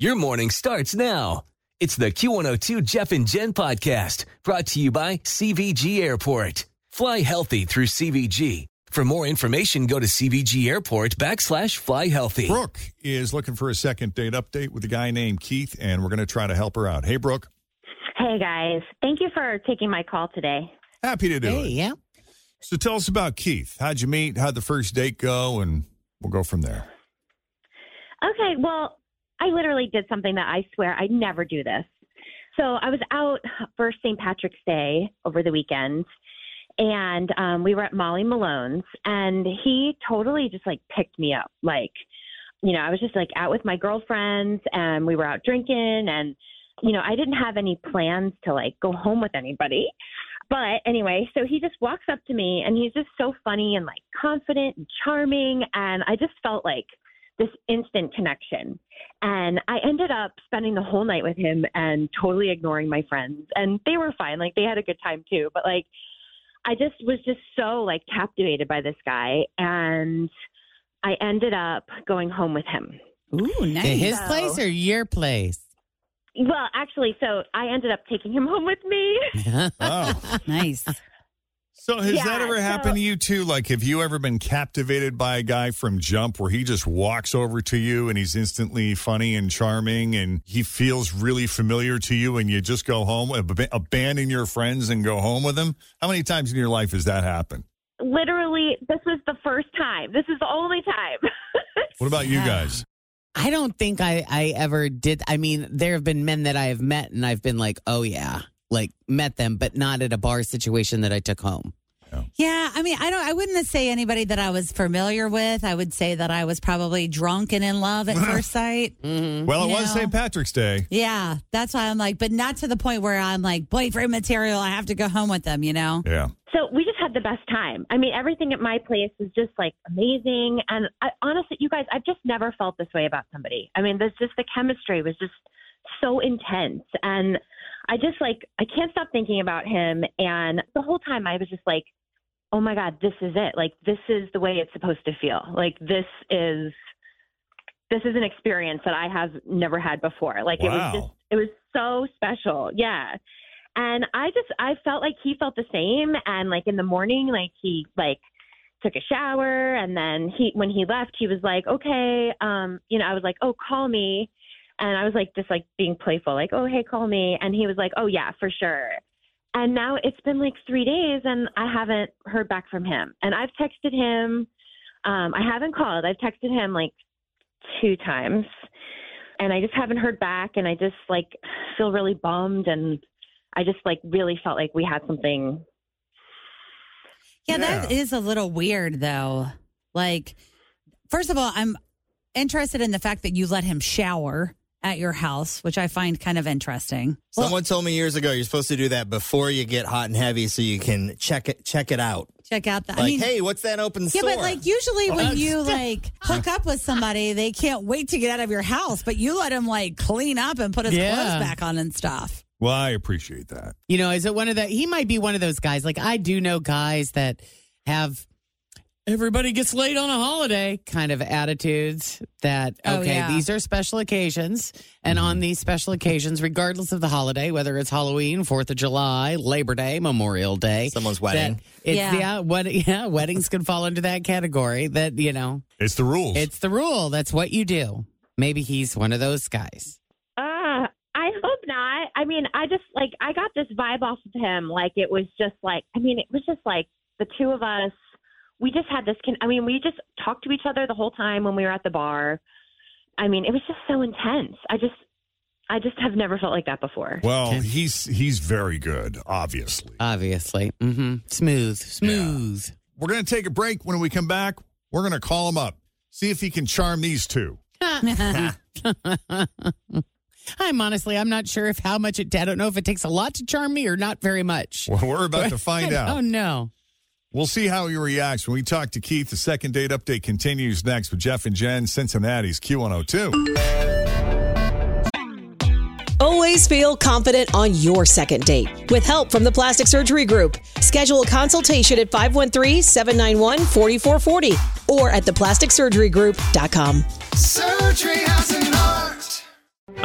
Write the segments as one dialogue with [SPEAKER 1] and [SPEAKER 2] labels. [SPEAKER 1] Your morning starts now. It's the Q102 Jeff and Jen podcast brought to you by CVG Airport. Fly healthy through CVG. For more information, go to CVG Airport backslash fly healthy.
[SPEAKER 2] Brooke is looking for a second date update with a guy named Keith, and we're going to try to help her out. Hey, Brooke,
[SPEAKER 3] Hey guys, thank you for taking my call today.
[SPEAKER 2] happy to do it.
[SPEAKER 4] yeah.
[SPEAKER 2] So tell us about Keith. How'd you meet? How'd the first date go? And we'll go from there.
[SPEAKER 3] Okay, well, I literally did something that I swear I never do this. So I was out for St. Patrick's Day over the weekend, and um, we were at Molly Malone's, and he totally just like picked me up. Like, you know, I was just like out with my girlfriends, and we were out drinking, and you know, I didn't have any plans to like go home with anybody. But anyway, so he just walks up to me and he's just so funny and like confident and charming. And I just felt like this instant connection. And I ended up spending the whole night with him and totally ignoring my friends. And they were fine. Like they had a good time too. But like I just was just so like captivated by this guy. And I ended up going home with him.
[SPEAKER 5] Ooh, nice. his
[SPEAKER 3] So-
[SPEAKER 5] place or your place?
[SPEAKER 3] Well, actually, so I ended up taking him home with me.
[SPEAKER 2] Wow.
[SPEAKER 5] nice.
[SPEAKER 2] Oh. So has that
[SPEAKER 3] Yeah,
[SPEAKER 2] ever
[SPEAKER 3] so-
[SPEAKER 2] happened to you too? Like, have you ever been captivated by a guy from Jump where he just walks over to you and he's instantly funny and charming and he feels really familiar to you and you just go home, ab- abandon your friends and go home with him? How many times in your life has that happened?
[SPEAKER 3] literally this was the first time this is the only time
[SPEAKER 2] What about you
[SPEAKER 5] Yeah.
[SPEAKER 2] guys?
[SPEAKER 5] I don't think I, I ever did. I mean, there have been men that I have met and I've been like, oh, yeah, like met them, but not at a bar situation that I took home.
[SPEAKER 6] Yeah, I mean, I don't. I wouldn't say anybody that I was familiar with. I would say that I was probably drunk and in love at first sight.
[SPEAKER 5] Mm-hmm.
[SPEAKER 2] Well, it
[SPEAKER 6] You
[SPEAKER 2] was
[SPEAKER 6] know.
[SPEAKER 2] St. Patrick's Day.
[SPEAKER 6] Yeah, that's why I'm like, but not to the point where I'm like boyfriend material. I have to go home with them, you know.
[SPEAKER 2] Yeah.
[SPEAKER 3] so we just had the best time i mean everything at my place was just like amazing and I, honestly you guys i've just never felt this way about somebody i mean there's just the chemistry was just so intense and i just like i can't stop thinking about him and the whole time i was just like oh my god this is it like this is the way it's supposed to feel like this is this is an experience that i have never had before like it was
[SPEAKER 2] Wow.
[SPEAKER 3] just it was so special yeah and i just i felt like he felt the same and like in the morning like he like took a shower and then he when he left he was like okay um you know i was like oh call me and i was like just like being playful like oh hey call me and he was like oh yeah for sure and now it's been like three days and i haven't heard back from him and i've texted him um i haven't called i've texted him like two times and i just haven't heard back and i just like feel really bummed and i just like really felt like we had something
[SPEAKER 6] Yeah, that is a little weird though. Like, first of all, I'm interested in the fact that you let him shower at your house, which I find kind of interesting.
[SPEAKER 7] Someone told me years ago you're supposed to do that before you get hot and heavy, so you can check it check it out.
[SPEAKER 6] Check out the.
[SPEAKER 7] Like,
[SPEAKER 6] I mean,
[SPEAKER 7] hey, what's that open
[SPEAKER 6] Yeah,
[SPEAKER 7] store?
[SPEAKER 6] but like usually when you like hook up with somebody, they can't wait to get out of your house, but you let him like clean up and put his
[SPEAKER 5] Yeah.
[SPEAKER 6] clothes back on and stuff.
[SPEAKER 2] Well, I appreciate that.
[SPEAKER 5] You know, is it one of the, he might be one of those guys. Like, I do know guys that have everybody gets laid on a holiday kind of attitudes that, okay,
[SPEAKER 6] Oh, yeah.
[SPEAKER 5] these are special occasions. And on these special occasions, regardless of the holiday, whether it's Halloween, Fourth of July, Labor Day, Memorial Day,
[SPEAKER 7] someone's
[SPEAKER 5] that
[SPEAKER 7] wedding.
[SPEAKER 5] it's,
[SPEAKER 6] Yeah.
[SPEAKER 5] yeah. wed- yeah, weddings can fall into that category. That you know,
[SPEAKER 2] It's the rules.
[SPEAKER 5] it's the rule. That's what you do. Maybe he's one of those guys.
[SPEAKER 3] uh i hope not what? I mean, I just like I got this vibe off of him. Like it was just like I mean, it was just like the two of us. We just had this. Con- I mean, we just talked to each other the whole time when we were at the bar. I mean, it was just so intense. I just, I just have never felt like that before.
[SPEAKER 2] Well, he's he's very good, obviously.
[SPEAKER 5] Uh, Obviously. Mm-hmm. Smooth. Smooth.
[SPEAKER 2] We're going to take a break. When we come back, we're going to call him up, see if he can charm these two.
[SPEAKER 5] I'm honestly, I'm not sure if how much it. I don't know if it takes a lot to charm me or not very much.
[SPEAKER 2] Well, we're about to find
[SPEAKER 5] Oh
[SPEAKER 2] out.
[SPEAKER 5] no!
[SPEAKER 2] We'll see how he reacts when we talk to Keith. The second date update continues next with Jeff and Jen, Cincinnati's Q102.
[SPEAKER 8] Always feel confident on your second date. With help from the Plastic Surgery Group, schedule a consultation at 513 791 4440 or at theplasticsurgerygroup.com.
[SPEAKER 9] Surgery has an art.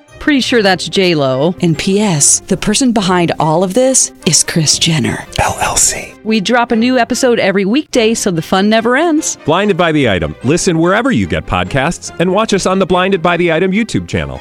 [SPEAKER 10] Pretty sure that's J Lo. And P.S. The person behind all of this is Chris Jenner
[SPEAKER 11] LLC.
[SPEAKER 10] We drop a new episode every weekday, so the fun never ends.
[SPEAKER 11] Blinded by the item. Listen wherever you get podcasts, and watch us on the Blinded by the Item YouTube channel.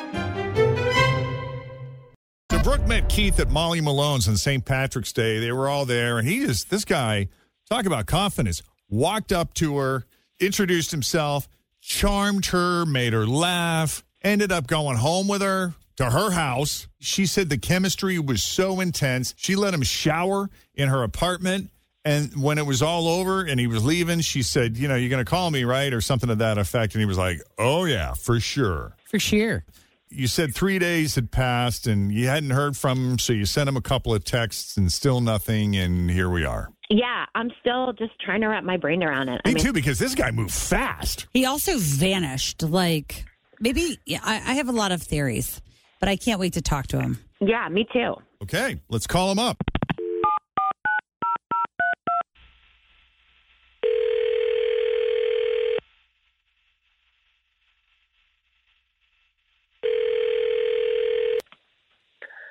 [SPEAKER 2] So Brooke met Keith at Molly Malone's on St. Patrick's Day. They were all there, and he just this guy talk about confidence. Walked up to her, introduced himself, charmed her, made her laugh. Ended up going home with her to her house. She said the chemistry was so intense. She let him shower in her apartment. And when it was all over and he was leaving, she said, You know, you're going to call me, right? Or something to that effect. And he was like, Oh, yeah, for sure
[SPEAKER 5] For sure.
[SPEAKER 2] you said three days had passed and you hadn't heard from him, so you sent him a couple of texts and still nothing, and here we are.
[SPEAKER 3] Yeah, I'm still just trying to wrap my brain around it. I
[SPEAKER 2] Me
[SPEAKER 3] mean,
[SPEAKER 2] too, because this guy moved fast.
[SPEAKER 6] He also vanished. Like maybe yeah, I, I have a lot of theories, but I can't wait to talk to him.
[SPEAKER 3] yeah, me too.
[SPEAKER 2] Okay, let's call him up.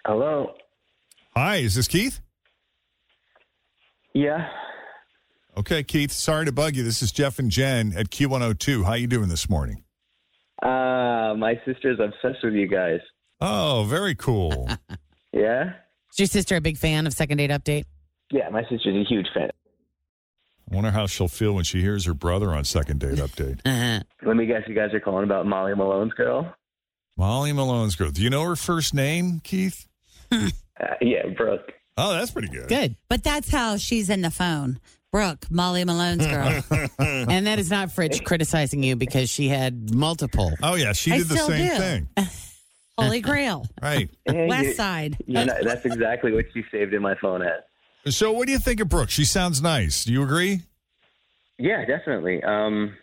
[SPEAKER 12] Hello.
[SPEAKER 2] Hi, is this Keith?
[SPEAKER 12] Yeah.
[SPEAKER 2] Okay, Keith, sorry to bug you. This is Jeff and Jen at Q102. How you doing this morning?
[SPEAKER 12] Uh, my sister's obsessed with you guys.
[SPEAKER 2] Oh, very cool.
[SPEAKER 12] Yeah.
[SPEAKER 5] Is your sister a big fan of Second Date Update?
[SPEAKER 12] Yeah, my sister's a huge fan.
[SPEAKER 2] I wonder how she'll feel when she hears her brother on Second Date Update.
[SPEAKER 5] Uh-huh.
[SPEAKER 12] Let me guess, you guys are calling about Molly Malone's girl.
[SPEAKER 2] Molly Malone's girl. Do you know her first name, Keith?
[SPEAKER 12] Uh, yeah, Brooke.
[SPEAKER 2] Oh, that's pretty good.
[SPEAKER 5] Good.
[SPEAKER 6] But that's how she's in the phone. Brooke, Molly Malone's girl.
[SPEAKER 5] And that is not Fritch criticizing you because she had multiple.
[SPEAKER 2] Oh, yeah, she
[SPEAKER 6] I
[SPEAKER 2] did the
[SPEAKER 6] still
[SPEAKER 2] same
[SPEAKER 6] do.
[SPEAKER 2] thing.
[SPEAKER 6] Holy Grail.
[SPEAKER 2] Right.
[SPEAKER 12] Yeah, you-
[SPEAKER 6] West Side.
[SPEAKER 12] you know, that's exactly what she saved in my phone as.
[SPEAKER 2] So, what do you think of Brooke? She sounds nice. Do you agree?
[SPEAKER 12] Yeah, definitely. Um,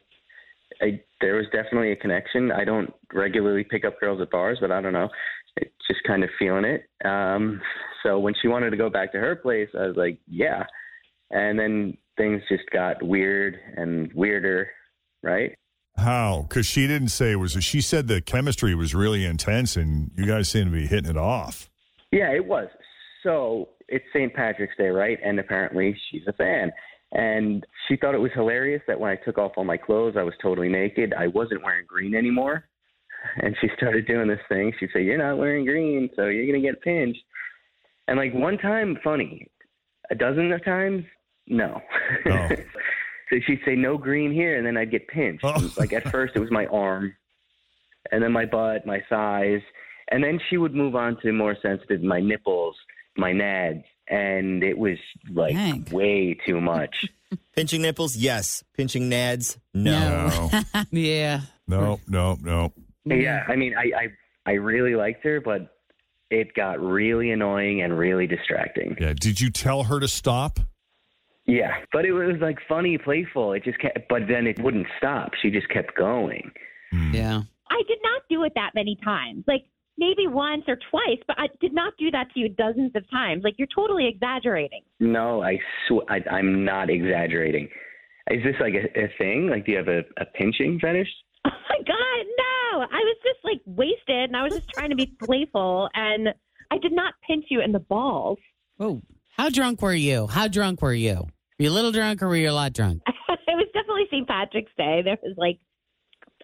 [SPEAKER 12] I, there was definitely a connection. I don't regularly pick up girls at bars, but I don't know, it, just kind of feeling it. Um, so when she wanted to go back to her place, I was like, yeah. And then things just got weird and weirder, right?
[SPEAKER 2] How? Because she didn't say it was. She said the chemistry was really intense, and you guys seem to be hitting it off.
[SPEAKER 12] Yeah, it was. So it's St. Patrick's Day, right? And apparently she's a fan. And she thought it was hilarious that when I took off all my clothes, I was totally naked. I wasn't wearing green anymore. And she started doing this thing. She'd say, You're not wearing green, so you're going to get pinched. And like one time, funny. A dozen of times, no.
[SPEAKER 2] No.
[SPEAKER 12] so she'd say, No green here. And then I'd get pinched.
[SPEAKER 2] Oh.
[SPEAKER 12] Like at first, it was my arm, and then my butt, my thighs. And then she would move on to more sensitive, my nipples, my nads. And it was like
[SPEAKER 6] Dang.
[SPEAKER 12] way too much.
[SPEAKER 7] Pinching nipples, yes. Pinching nads, no.
[SPEAKER 2] No,
[SPEAKER 5] Yeah.
[SPEAKER 2] no, no, no.
[SPEAKER 12] Yeah, I mean, I, I I really liked her, but it got really annoying and really distracting.
[SPEAKER 2] Yeah. Did you tell her to stop?
[SPEAKER 12] Yeah, but it was like funny, playful. It just kept, but then it wouldn't stop. She just kept going.
[SPEAKER 5] Yeah.
[SPEAKER 3] I did not do it that many times. Like maybe once or twice, but I did not do that to you dozens of times. Like you're totally exaggerating.
[SPEAKER 12] No, I sw- I, I'm not exaggerating. Is this like a, a thing? Like, do you have a, a pinching fetish?
[SPEAKER 3] Oh my God, know. I was just like wasted, and I was just trying to be playful, and I did not pinch you in the balls.
[SPEAKER 5] Oh, how drunk were you? How drunk were you? Were you a little drunk or were you a lot drunk?
[SPEAKER 3] it was definitely St. Patrick's Day. There was like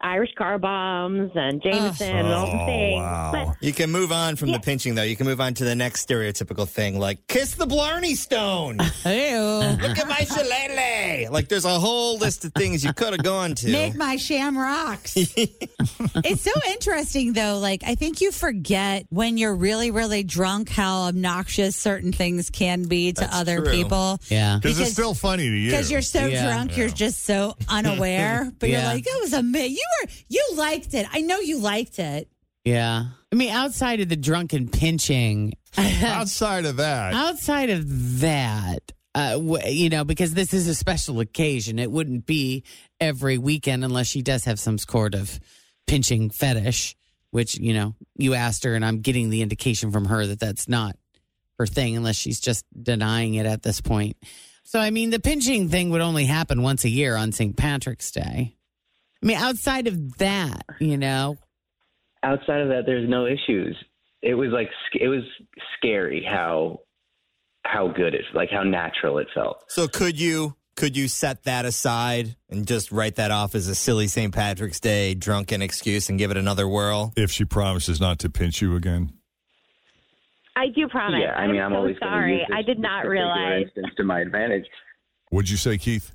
[SPEAKER 3] Irish car bombs and Jameson and all the things. But
[SPEAKER 7] You can move on from the pinching, though. You can move on to the next stereotypical thing, like kiss the Blarney Stone. Look at my shillelagh. Like, there's a whole list of things you could have gone to.
[SPEAKER 6] Make my shamrocks. it's so interesting, though. Like, I think you forget when you're really, really drunk how obnoxious certain things can be to other people.
[SPEAKER 2] Because it's still funny to you.
[SPEAKER 6] Because you're so drunk, you're just so unaware. But
[SPEAKER 5] Yeah.
[SPEAKER 6] you're like, it was a mi You were, you liked it. I know you liked it.
[SPEAKER 5] Yeah. I mean, outside of the drunken pinching,
[SPEAKER 2] outside of that,
[SPEAKER 6] Oh.
[SPEAKER 5] outside of that, uh, w- you know, because this is a special occasion. It wouldn't be every weekend unless she does have some sort of pinching fetish, which, you know, you asked her, and I'm getting the indication from her that that's not her thing unless she's just denying it at this point. So, I mean, the pinching thing would only happen once a year on St. Patrick's Day. I mean, outside of that, you know,
[SPEAKER 12] Outside of that, there's no issues. It was like sc- it was scary how how good it like how natural it felt.
[SPEAKER 7] So could you could you set that aside and just write that off as a silly St. Patrick's Day drunken excuse and give it another whirl?
[SPEAKER 2] If she promises not to pinch you again.
[SPEAKER 3] I do promise.
[SPEAKER 12] Yeah, I mean, I'm,
[SPEAKER 3] so
[SPEAKER 12] always gonna
[SPEAKER 3] sorry.
[SPEAKER 12] use this
[SPEAKER 3] I did not
[SPEAKER 12] particular
[SPEAKER 3] realize.
[SPEAKER 12] instance to my advantage.
[SPEAKER 2] What'd you say, Keith?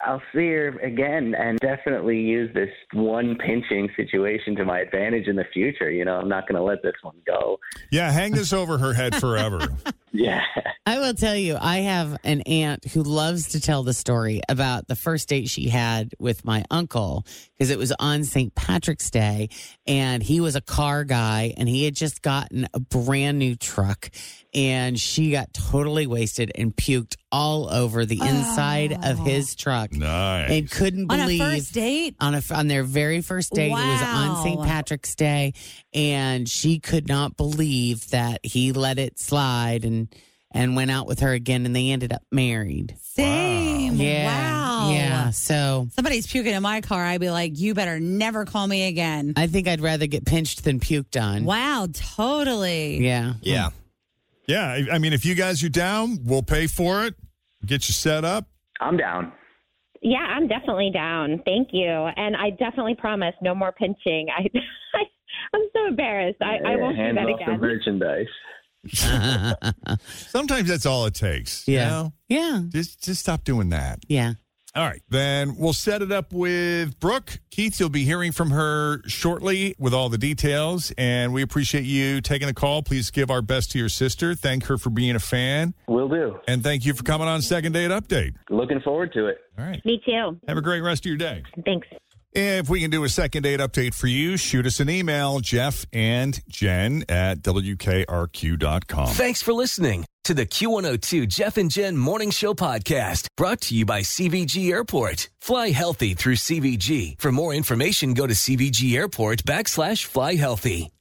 [SPEAKER 12] I'll see her again and definitely use this one pinching situation to my advantage in the future. You know, I'm not going to let this one go.
[SPEAKER 2] Yeah, hang this over her head forever.
[SPEAKER 12] Yeah.
[SPEAKER 5] I will tell you, I have an aunt who loves to tell the story about the first date she had with my uncle because it was on St. Patrick's Day and he was a car guy and he had just gotten a brand new truck and she got totally wasted and puked all over the inside of his truck.
[SPEAKER 2] Nice.
[SPEAKER 5] And couldn't
[SPEAKER 6] Oh. On a
[SPEAKER 5] believe
[SPEAKER 6] first date?
[SPEAKER 5] on a, on their very first date. It was on St.
[SPEAKER 6] Wow.
[SPEAKER 5] Patrick's Day, and she could not believe that he let it slide and and went out with her again, and they ended up married.
[SPEAKER 6] Same.
[SPEAKER 5] Yeah,
[SPEAKER 6] Oh, Wow.
[SPEAKER 5] yeah. So
[SPEAKER 6] Somebody's puking in my car. I'd be like, you better never call me again.
[SPEAKER 5] I think I'd rather get pinched than puked on.
[SPEAKER 6] Wow. Totally.
[SPEAKER 5] Yeah.
[SPEAKER 7] Yeah.
[SPEAKER 2] Yeah. I- I mean, if you guys are down, we'll pay for it. Get you set up.
[SPEAKER 12] I'm down.
[SPEAKER 3] Yeah, I'm definitely down. Thank you, and I definitely promise no more pinching. I, I I'm so embarrassed. I, I won't do
[SPEAKER 12] Hands
[SPEAKER 3] that
[SPEAKER 12] off the
[SPEAKER 3] again.
[SPEAKER 12] merchandise.
[SPEAKER 2] Sometimes that's all it takes. you
[SPEAKER 5] Yeah.
[SPEAKER 2] know?
[SPEAKER 5] Yeah.
[SPEAKER 2] Just just stop doing that.
[SPEAKER 5] Yeah.
[SPEAKER 2] All right. Then we'll set it up with Brooke. Keith, you'll be hearing from her shortly with all the details. And we appreciate you taking the call. Please give our best to your sister. Thank her for being a fan.
[SPEAKER 12] Will do.
[SPEAKER 2] And thank you for coming on Second Date Update.
[SPEAKER 12] Looking forward to it.
[SPEAKER 2] All right.
[SPEAKER 3] Me too.
[SPEAKER 2] Have a great rest of your day.
[SPEAKER 3] Thanks.
[SPEAKER 2] If we can do a second date update for you, shoot us an email, Jeff and Jen at WKRQ.com.
[SPEAKER 1] Thanks for listening to the Q102 Jeff and Jen Morning Show podcast brought to you by CVG Airport. Fly healthy through CVG. For more information, go to CVG Airport backslash fly healthy.